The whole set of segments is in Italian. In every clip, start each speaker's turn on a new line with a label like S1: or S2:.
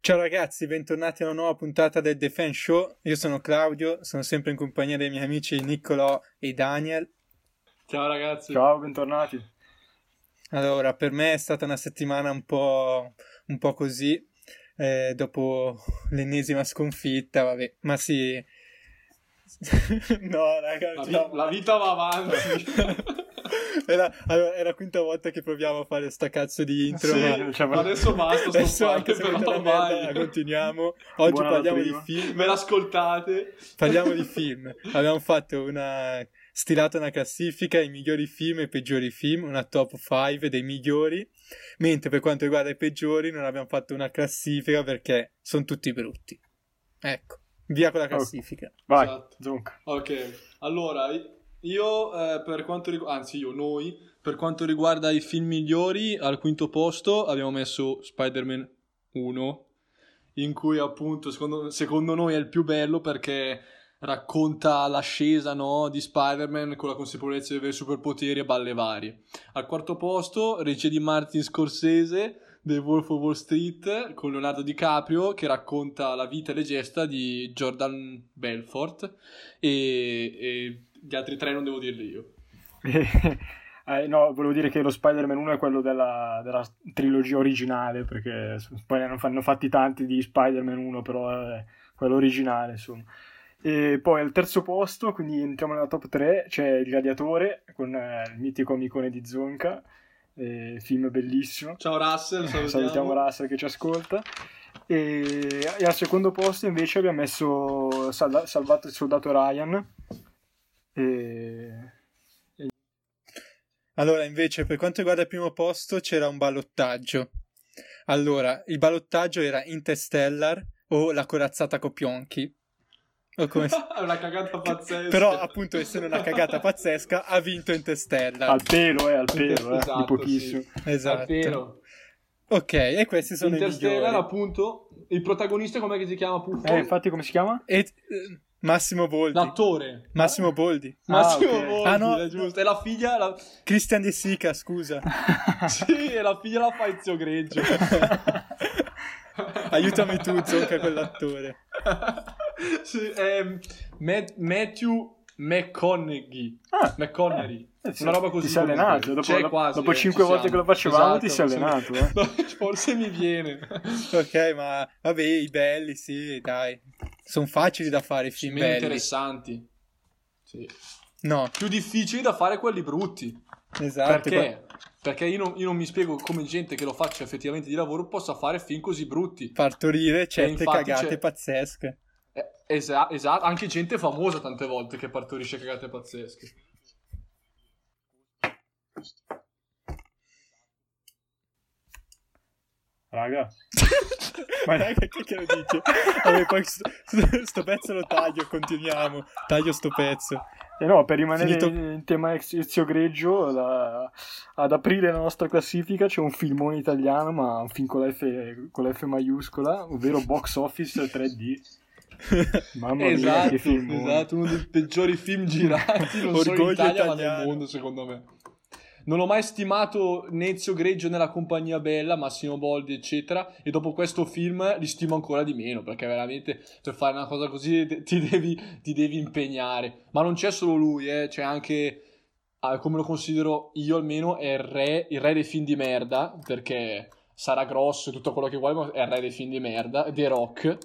S1: Ciao ragazzi, bentornati a una nuova puntata del The Fan Show. Io sono Claudio, sono sempre in compagnia dei miei amici Niccolò e Daniel.
S2: Ciao ragazzi.
S3: Ciao, bentornati.
S1: Allora, per me è stata una settimana un po', un po così, eh, dopo l'ennesima sconfitta, vabbè, ma sì. no, raga,
S2: La, vi-
S1: no.
S2: la vita va avanti.
S1: Era- allora, è la quinta volta che proviamo a fare sta cazzo di intro.
S2: Sì,
S1: ma-
S3: diciamo-
S2: ma adesso basta, sto
S1: Adesso anche se è
S2: però
S1: una merda, la
S2: ormai.
S1: continuiamo. Oggi
S3: Buona la
S1: parliamo di
S3: prima.
S1: film.
S2: Ve l'ascoltate?
S1: Parliamo di film. Abbiamo fatto una stilato una classifica i migliori film e i peggiori film, una top 5 dei migliori, mentre per quanto riguarda i peggiori non abbiamo fatto una classifica perché sono tutti brutti. Ecco, via con la classifica.
S3: Vai,
S2: Esatto.
S3: Zunca.
S2: Ok, allora io eh, per quanto riguarda, anzi io, noi, per quanto riguarda i film migliori, al quinto posto abbiamo messo Spider-Man 1, in cui appunto secondo, secondo noi è il più bello perché racconta l'ascesa no, di Spider-Man con la consapevolezza di avere superpoteri e balle varie. Al quarto posto regia di Martin Scorsese. The Wolf of Wall Street con Leonardo DiCaprio che racconta la vita e le gesta di Jordan Belfort e, e gli altri tre non devo dirli io.
S3: Eh, no, volevo dire che lo Spider-Man 1 è quello della, della trilogia originale, perché s- poi ne hanno, fa- ne hanno fatti tanti di Spider-Man 1, però è quello originale, insomma. E poi al terzo posto, quindi entriamo nella top 3, c'è Il Gladiatore, con eh, il mitico amicone di Zonka, eh, film bellissimo.
S2: Ciao
S1: Eh,
S2: Russell, salutiamo.
S3: Salutiamo Russell che ci ascolta. E, e al secondo posto invece abbiamo messo Salda- Salvato il soldato Ryan. E-
S1: Allora, invece, per quanto riguarda il primo posto c'era un ballottaggio. Allora, il ballottaggio era Interstellar o La corazzata Copionchi. O come si-
S2: È una cagata pazzesca.
S1: Però, appunto, essendo una cagata pazzesca, ha vinto Interstellar.
S3: Al pelo, eh, al pelo, eh,
S2: Esatto,
S3: di pochissimo.
S1: Esatto.
S2: Davvero.
S1: Ok, e questi sono i
S2: Interstellar,
S1: migliori.
S2: appunto, il protagonista com'è che si chiama? Puffo?
S3: Eh, infatti come si chiama?
S1: E, eh, Massimo Boldi.
S2: L'attore.
S1: Massimo Boldi.
S2: Massimo
S3: ok.
S2: Boldi,
S1: Ah, no.
S2: è giusto. È la figlia... la-
S1: Christian De Sica, scusa.
S2: Sì, è la figlia la fa zio Greggio.
S1: Aiutami tu, Zonca, quell'attore.
S2: sì, ehm, Ma- Matthew McConaughey.
S3: Ah,
S2: McConaughey.
S3: eh, sì.
S2: una roba così.
S3: Ti sei allenato,
S2: comunque.
S3: dopo,
S2: C'è quasi,
S3: dopo
S2: eh,
S3: cinque
S2: ci
S3: volte che
S2: siamo.
S3: lo facevamo ti sei
S2: Esatto,
S3: allenato. eh.
S2: Forse mi viene.
S1: Ok, ma vabbè, i belli, sì, dai. Sono facili da fare i film
S2: Meno
S1: belli.
S2: interessanti. Sì.
S1: No,
S2: Più difficili da fare quelli brutti.
S1: esatto.
S3: Certo,
S1: qua-
S2: Perché? Perché io non, io non mi spiego come gente che lo faccia effettivamente di lavoro possa fare film così brutti.
S1: Partorire certe
S2: infatti cioè-
S1: cagate
S2: c'è-
S1: pazzesche.
S2: Eh, esa- Esatto, anche gente famosa tante volte che partorisce cagate pazzesche.
S3: Raga,
S1: Ma raga, chi che lo dice? Vabbè, poi sto, sto pezzo lo taglio, continuiamo. Taglio sto pezzo.
S3: eh no, per rimanere
S1: Finito.
S3: in tema ex- Ezio Greggio, la- ad aprire la nostra classifica c'è un filmone italiano, ma un film con la F, con la F maiuscola, ovvero Box Office 3D. Mamma mia,
S2: Esatto,
S3: che film. eh.
S2: esatto, uno dei peggiori film girati non solo in
S1: Orgoglio
S2: Italia ma
S1: italiano.
S2: nel mondo secondo me. Non ho mai stimato Nezio Greggio nella compagnia bella, Massimo Boldi eccetera e dopo questo film li stimo ancora di meno perché veramente per fare una cosa così de- ti devi, ti devi impegnare. Ma non c'è solo lui, eh, c'è anche, ah, come lo considero io almeno, è il re, il re dei film di merda perché sarà grosso e tutto quello che vuoi ma è il re dei film di merda, The Rock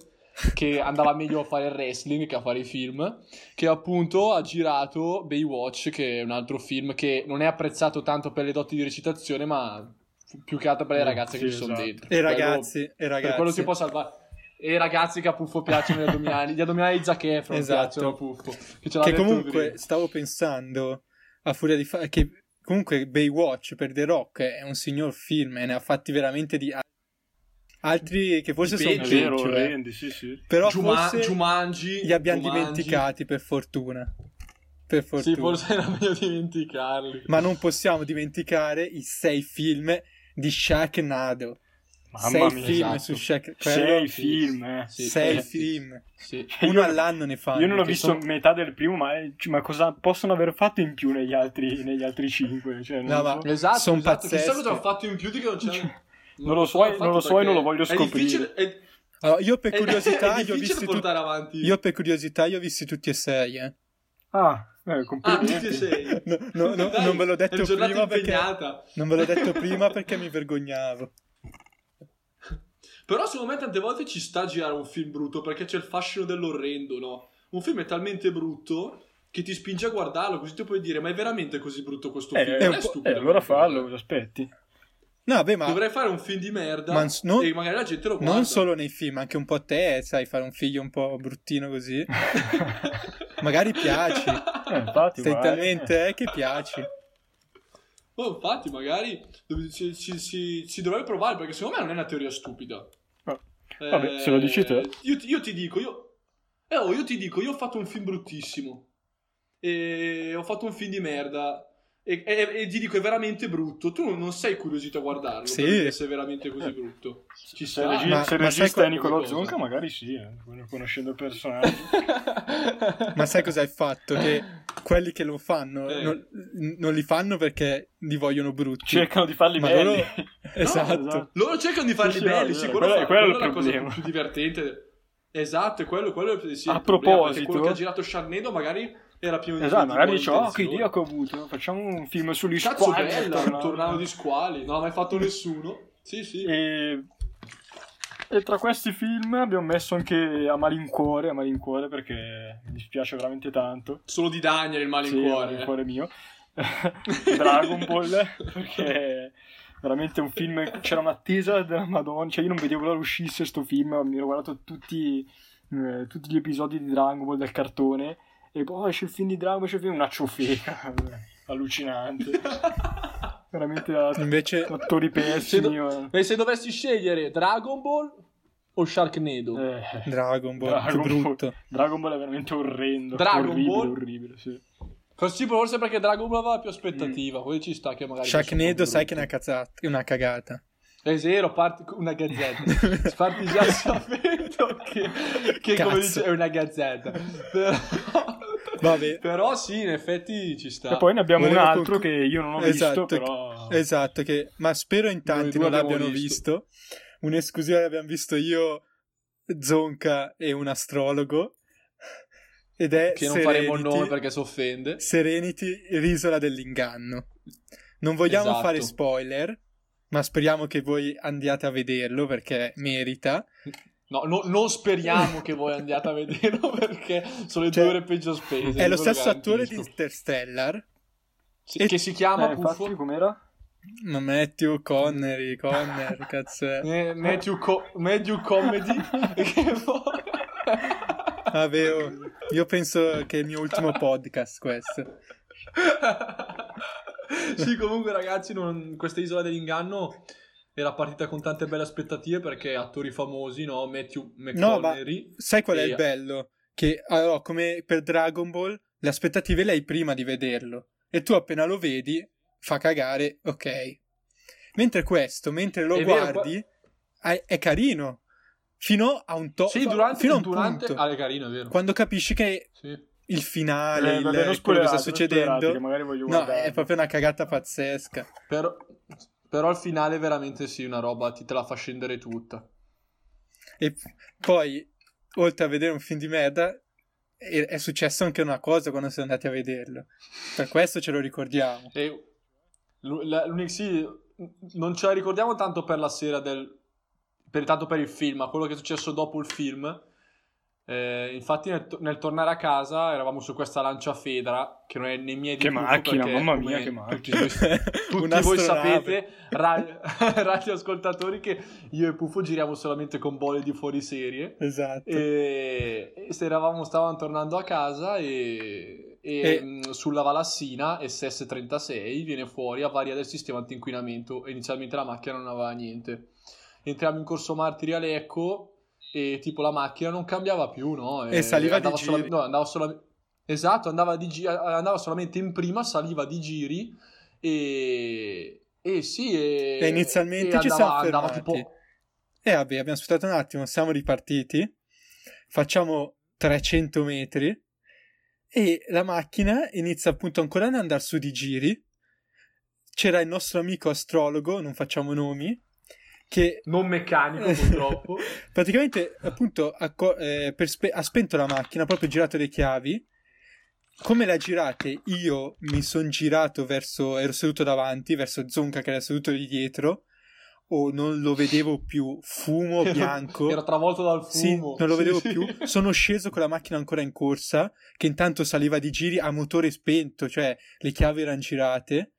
S2: che andava meglio a fare il wrestling che a fare i film, che appunto ha girato Baywatch, che è un altro film che non è apprezzato tanto per le doti di recitazione, ma più che altro per le
S3: Mm,
S2: ragazze che
S3: sì,
S2: ci sono
S3: esatto.
S2: dentro.
S1: E
S2: Quello-
S1: ragazzi, e
S2: Per quello
S1: ragazzi.
S2: si può salvare. E i ragazzi che a Puffo piacciono gli addominali, gli addominali di Zac Efron
S1: Esatto.
S2: piacciono a Puffo. Che, ce l'ha
S1: che
S2: detto
S1: comunque
S2: prima.
S1: stavo pensando a furia di fare che comunque Baywatch per The Rock è un signor film e ne ha fatti veramente di al- altri che forse sono
S3: È
S2: Peggio,
S3: vero,
S1: peggio eh.
S3: orrendi, sì, sì.
S1: però
S2: Giuma-
S1: forse
S2: Jumanji,
S1: li abbiamo
S2: Jumanji.
S1: dimenticati per fortuna per
S2: Sì,
S1: fortuna
S2: forse era meglio dimenticarli.
S1: ma non possiamo dimenticare i sei film di Sharknado
S3: Mamma
S1: sei
S3: mia,
S1: film
S2: esatto.
S1: su Shark
S3: Sei
S1: quello-
S3: film, eh.
S2: Sì,
S1: sei
S2: eh,
S1: film
S2: Sì.
S1: uno all'anno ne fanno
S3: Io non ho
S1: che
S3: visto
S1: sono-
S3: metà del primo, ma, ma cosa possono aver fatto in più negli altri, negli altri cinque? Cioè, non
S1: No,
S3: lo
S1: ma-
S3: so.
S2: Esatto,
S1: Son
S2: esatto. chissà cosa
S1: pazzesche.
S2: ha fatto in più di che non c'è.
S3: Non lo so, non lo so e non lo voglio
S2: è
S3: scoprire.
S2: difficile- è-
S1: Allora, io per
S2: È-
S1: curiosità,
S2: è
S1: io, ho
S2: difficile
S1: visti tut-
S2: portare avanti.
S1: io per curiosità, io ho visti tutti e sei, eh.
S3: Ah, eh,
S2: Ah, tutti e
S3: complimenti.
S2: sei.
S1: No, no, no,
S2: Dai,
S1: non ve l'ho
S2: è
S1: detto
S2: una giornata
S1: prima perché...
S2: impegnata.
S1: Non ve l'ho detto prima perché mi vergognavo.
S2: Però secondo me tante volte ci sta a girare un film brutto perché c'è il fascino dell'orrendo, no? Un film è talmente brutto che ti spinge a guardarlo, così tu puoi dire "Ma è veramente così brutto questo
S3: Eh,
S2: film?".
S3: eh,
S2: Non
S1: è
S2: è
S1: un
S2: stupido.
S3: eh, allora fallo, cosa aspetti?
S1: No, beh, ma...
S2: Dovrei fare un film di merda
S1: ma s- non-
S2: e magari la gente lo guarda.
S1: Non solo nei film, anche un po' a te, sai, fare un figlio un po' bruttino così. Magari piaci.
S3: Eh, infatti,
S1: Sei
S3: guarda,
S1: talmente eh, che piaci.
S2: Oh, infatti, magari dov- ci, ci- ci- ci dovrei provare perché secondo me non è una teoria stupida. Eh,
S3: Ah. Vabbè, se lo dici te.
S2: Io, ti- io ti dico, io, eh, oh, io ti dico, io ho fatto un film bruttissimo. E ho fatto un film di merda. E, e- e ti dico, è veramente brutto. Tu non sei curiosito a guardarlo
S1: Sì.
S2: perché sei veramente così brutto. Ci
S3: Se, il
S2: sta.
S3: regi-
S1: Ma-
S3: se il
S1: ma sai
S3: regista è
S1: co-
S3: Nicolò
S2: cosa?
S3: Zonca, magari sì, eh, conoscendo il personaggio.
S1: Ma sai cos'è il fatto? Che quelli che lo fanno
S2: Eh.
S1: non, non li fanno perché li vogliono brutti.
S3: Cercano di farli
S1: Ma
S3: belli.
S1: loro- Esatto.
S3: Cioè, esatto.
S2: Loro cercano di farli
S3: Sì, sì, no,
S2: belli,
S3: no,
S2: sì,
S3: no,
S2: quello,
S3: quello-
S2: fa-
S3: quello è il
S2: quello è la cosa
S3: problema.
S2: più divertente. Esatto, è quello, quello è sì,
S3: A
S2: il problema, perché
S3: proposito-
S2: quello che ha girato Sharknado magari era più
S3: Esatto, magari dice, oh, che
S2: intenzioni."
S3: idea che ho avuto, facciamo un film sugli
S2: Cazzo
S3: squali.
S2: bella,
S3: tornano.
S2: un tornado di squali, non l'ha mai fatto nessuno. Sì, sì.
S3: E... e tra questi film abbiamo messo anche A malincuore, a malincuore perché mi dispiace veramente tanto.
S2: Solo di Daniel il
S3: Sì, A
S2: malincuore.
S3: malincuore mio. Dragon Ball, perché veramente un film, c'era un'attesa della Madonna, cioè io non vedevo l'ora uscisse sto film, mi ero guardato tutti, eh, tutti gli episodi di Dragon Ball del cartone e poi "Oh, esce il film di Dragon Ball, esce il film, una ciofeca, allucinante, veramente att-
S1: Invece,
S3: attori pessimi. ma-
S2: E se dovessi scegliere Dragon Ball o Sharknado?
S3: eh.
S1: Dragon Ball,
S3: Dragon
S1: che
S3: Ball.
S1: brutto.
S3: Dragon Ball è veramente orrendo.
S2: Dragon
S3: orribile,
S2: Ball?
S3: orribile, sì.
S2: Così forse perché Dragon Ball aveva più aspettativa,
S3: Mm.
S2: poi ci sta che magari...
S1: Sharknado sai che è
S2: ne
S1: una, cazzata, una cagata.
S2: È vero, parti una gazzetta. Parti già sapendo che, che come
S1: Cazzo.
S2: dice, è una gazzetta. Però,
S1: Vabbè.
S2: però sì, in effetti ci sta.
S3: E poi ne abbiamo
S1: Volevo
S3: un altro
S1: conclu-
S3: che io non ho
S1: Esatto,
S3: visto, però...
S2: Eh,
S1: Esatto, che- ma spero in tanti
S2: Noi due
S1: non l'abbiano
S2: abbiamo
S1: visto.
S2: visto.
S1: Un'esclusiva l'abbiamo visto io, Zonka e un astrologo. Ed è
S2: che non
S1: Serenity,
S2: faremo il nome perché si offende.
S1: Serenity, l'isola dell'inganno. Non vogliamo
S2: Esatto.
S1: fare spoiler, ma speriamo che voi andiate a vederlo perché merita.
S2: No, no- non speriamo che voi andiate a vederlo perché sono le
S1: Cioè,
S2: due ore peggio spese.
S1: è
S2: ve
S1: lo stesso
S2: garantisco.
S1: attore di Interstellar,
S2: Sì, che si chiama
S3: Eh,
S2: Puffo.
S3: infatti, com'era?
S1: ma Matthew Connery, Conner, cazzo è.
S2: Eh, Matthew, Co- Matthew Comedy. che poi-
S1: Vabbè, oh, io penso che è il mio ultimo podcast questo.
S2: sì, comunque, ragazzi, non- questa isola dell'inganno era partita con tante belle aspettative perché attori famosi, no? Matthew
S1: No, ma-
S2: McConaughey.
S1: Sai qual è
S2: Sì.
S1: il bello? Che allora, come per Dragon Ball, le aspettative lei prima di vederlo. E tu appena lo vedi, fa cagare, ok. Mentre questo, mentre lo
S2: È vero,
S1: guardi, è, è carino. Fino a un to-
S2: Sì,
S1: fa-
S2: durante,
S1: fino a un
S2: durante...
S1: punto.
S2: Ah, è carino, è vero.
S1: Quando capisci che
S2: Sì.
S1: il finale,
S3: Eh,
S1: il-
S3: vabbè, non
S1: quello Ah, che
S3: spoilerate,
S1: sta
S3: non spoilerate,
S1: succedendo,
S3: che magari
S1: no,
S3: voglio
S1: eh,
S3: guardare.
S1: è proprio una cagata pazzesca.
S2: Però, però al finale veramente sì, una roba ti te la fa scendere tutta.
S1: E poi, oltre a vedere un film di merda, è, è successo anche una cosa quando siamo andati a vederlo. Per questo ce lo ricordiamo.
S2: E l'u- la- l'unica- sì, non ce la ricordiamo tanto per la sera del... Per, tanto per il film, ma quello che è successo dopo il film. Eh, infatti nel, to- nel tornare a casa eravamo su questa lancia Fedra, che non è né mia di
S3: Che
S2: Puffo,
S3: macchina,
S2: perché,
S3: mamma mia,
S2: come
S3: che macchina.
S2: Tutti, voi- tutti voi
S1: Un'astronave.
S2: sapete, ra- radioascoltatori, che io e Puffo giriamo solamente con bolidi fuori serie.
S1: Esatto.
S2: Eh. e, e se eravamo, stavamo tornando a casa e, e,
S1: E-
S2: mh, sulla Valassina SS36 viene fuori avaria del sistema antinquinamento e inizialmente la macchina non aveva niente. Entriamo in corso Martiri a Lecco e tipo la macchina non cambiava più, no? Eh,
S1: E saliva di
S2: andava sola-
S1: giri.
S2: no, andava sola- Esatto, andava, di gi- andava solamente in prima, saliva di giri e... E sì, e,
S1: E inizialmente
S2: e
S1: ci
S2: andava-
S1: siamo
S2: andava
S1: fermati.
S2: tipo-
S1: E vabbè, abbiamo aspettato un attimo, siamo ripartiti, facciamo 300 metri e la macchina inizia appunto ancora ad andare su di giri. C'era il nostro amico astrologo, non facciamo nomi, che
S2: Non meccanico, purtroppo.
S1: praticamente appunto ha, co- eh, per spe- ha spento la macchina, ha proprio girato le chiavi. Come la girate? Io mi sono girato verso, ero seduto davanti, verso Zonka che era seduto lì dietro, o non lo vedevo più, fumo
S2: Ero-
S1: bianco.
S2: Ero travolto dal
S1: Sì,
S2: fumo.
S1: non lo
S2: Sì,
S1: vedevo
S2: sì.
S1: più. Sono sceso con la macchina ancora in corsa, che intanto saliva di giri a motore spento, cioè le chiavi erano girate.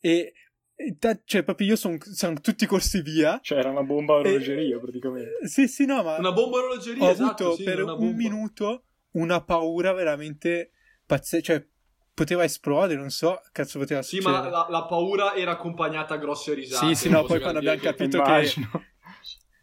S1: E, e ta- cioè, proprio io sono tutti corsi via.
S3: Cioè, era una bomba a
S1: Eh,
S3: orologeria, praticamente.
S1: Sì, sì, no, ma
S2: Una bomba orologeria,
S1: ho
S2: esatto,
S1: avuto
S2: sì,
S1: per
S2: una
S1: un
S2: bomba.
S1: minuto una paura veramente pazzesca. Cioè, poteva esplodere, non so, cazzo poteva
S2: Sì,
S1: succedere.
S2: ma la, la paura era accompagnata a grosse risate.
S1: Cioè Sì, sì, no,
S2: posso
S1: poi quando
S2: dire
S1: abbiamo
S2: che-
S1: eh, capito
S3: Immagino.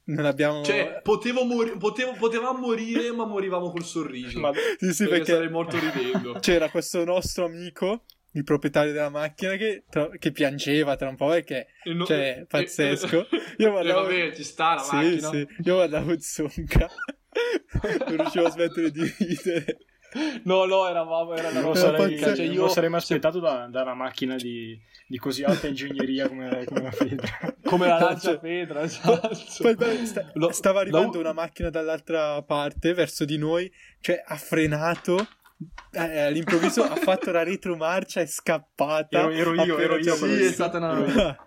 S1: Non abbiamo...
S2: Cioè, potevo mori- potevo- potevamo morire, ma morivamo col sorriso.
S3: Ma
S1: sì, sì,
S2: perché
S1: perché... Cioè,
S2: sarei morto ridendo.
S1: c'era questo nostro amico, il proprietario della macchina, che, tra- che piangeva tra un po' perché
S2: E no-
S1: Cioè,
S2: e-
S1: pazzesco. Io guardavo-
S2: Eh, vabbè, ci sta la
S1: sì,
S2: macchina.
S1: sì, io guardavo Zonka, non riuscivo a smettere di ridere.
S2: No, no, eravamo, era una
S3: Non lo
S1: Era
S2: roba
S3: sarei,
S2: pazzesca,
S1: pazzesco.
S2: cioè,
S3: non
S2: io
S3: lo sarei mai aspettato da, da una macchina di, di così alta ingegneria come, come la Fedra.
S2: come la
S1: Cioè,
S2: lancia pedra, esatto.
S1: Poi beh, sta-
S2: Lo-
S1: stava arrivando
S2: la-
S1: una macchina dall'altra parte verso di noi, cioè ha frenato. eh, all'improvviso ha fatto la retromarcia, è scappata.
S3: Ero- ero io,
S1: appena
S3: ero io
S1: ci ha esatto.
S2: Sì,
S1: preso.
S2: è stata una-
S3: Ero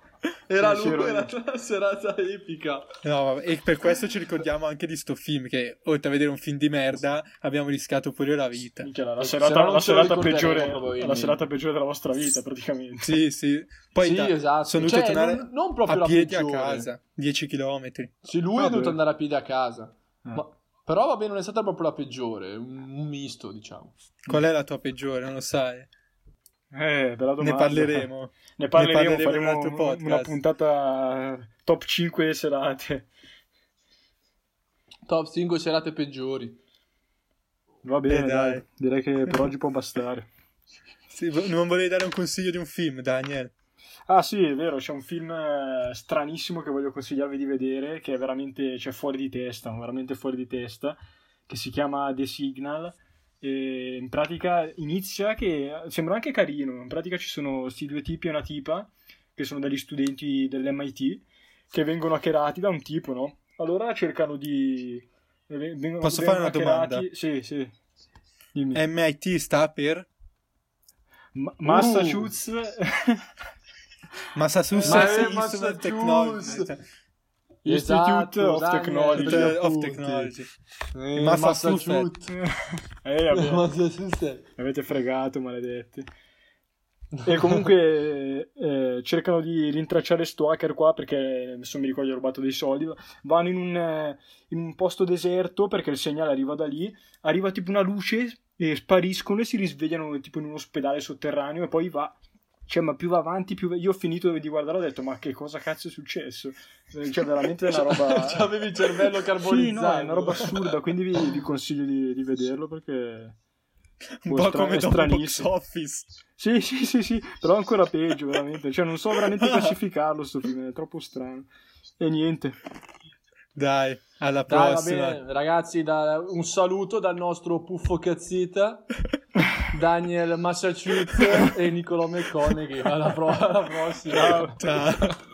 S2: Era
S3: Sì, sì,
S2: lungo,
S3: ero
S2: era una serata epica.
S1: No, vabbè, e per questo ci ricordiamo anche di sto film che oltre a vedere un film di merda abbiamo rischiato pure la vita.
S3: Minchia, la, la
S2: Se
S3: serata,
S2: no non
S3: la
S2: ce lo
S3: serata
S2: ricorderemo,
S3: peggiore,
S2: probabilmente.
S3: la serata peggiore della vostra vita, praticamente.
S1: Sì, sì. Poi
S2: sì,
S1: da-
S2: esatto.
S1: sono
S2: Cioè,
S1: dovuto tornare
S2: non, non proprio
S1: a
S2: la
S1: piedi a
S2: peggiore.
S1: casa, 10 km.
S2: Sì, lui è
S3: Vabbè.
S2: dovuto andare a piedi a casa.
S3: Eh.
S2: Ma- Però vabbè, non è stata proprio la peggiore, un, un misto, diciamo.
S1: Qual è la tua peggiore? Non lo sai.
S3: Eh, bella domanda.
S1: Ne parleremo.
S3: Ne parleremo,
S1: Ne parleremo in
S3: faremo
S1: un altro
S3: un-
S1: podcast.
S3: una puntata eh, top 5 serate.
S2: Top 5 serate peggiori.
S3: Va bene,
S1: Eh, dai.
S3: dai. Direi che per oggi può bastare.
S1: Sì, vo- non volevi dare un consiglio di un film, Daniel.
S3: Ah sì, è vero, c'è un film eh, stranissimo che voglio consigliarvi di vedere, che è veramente, cioè, fuori di testa, veramente fuori di testa, che si chiama The Signal. E in pratica inizia che sembra anche carino, in pratica ci sono questi due tipi e una tipa, che sono degli studenti dell'MIT, che vengono hackerati da un tipo, no? Allora cercano di... eh, vengono-
S1: Posso
S3: vengono
S1: fare una Eh,
S3: hackerati- Sì, sì. Dimmi.
S1: MIT sta per
S3: Ma- Massachusetts...
S1: uh. Massachusetts
S2: Ma-
S1: Institute
S2: Massachusetts.
S1: of Technology.
S3: Institute of
S2: Daniel, per Esatto,
S3: Technology.
S2: gli
S1: Cioè, Of
S2: appunti.
S1: Technology.
S2: Eh,
S1: Massachusetts.
S3: Eh, vabbè.
S2: Massachusetts.
S3: Mi avete fregato, maledetti. E comunque eh, cercano di rintracciare sto hacker qua perché adesso mi ricordo gli ho rubato dei soldi. Vanno in un, eh, in un posto deserto perché il segnale arriva da lì. Arriva tipo una luce e spariscono e si risvegliano tipo in un ospedale sotterraneo e poi va. Cioè, ma più va avanti, più va- io ho finito di guardare, ho detto, ma che cosa cazzo è successo? Eh, Cioè, veramente è una roba.
S2: Cioè, avevi il cervello
S3: Sì, no, è
S2: carbonizzato.
S3: una roba assurda, quindi vi, vi consiglio di, di vederlo perché.
S1: Un
S3: boh,
S1: po'
S3: stra-
S1: come
S3: è
S1: dopo Box
S3: stranissimo.
S1: Office.
S3: Sì, sì, sì, sì, però ancora peggio, veramente. Cioè, non so veramente classificarlo sto film, è troppo strano. E niente.
S1: Dai, alla
S2: Dai, va
S1: prossima.
S2: bene, ragazzi, da- un saluto dal nostro Puffo Cazzita, Daniel Massachusetts e Nicolò McConaughey. Alla, pro- alla prossima.
S1: Ciao.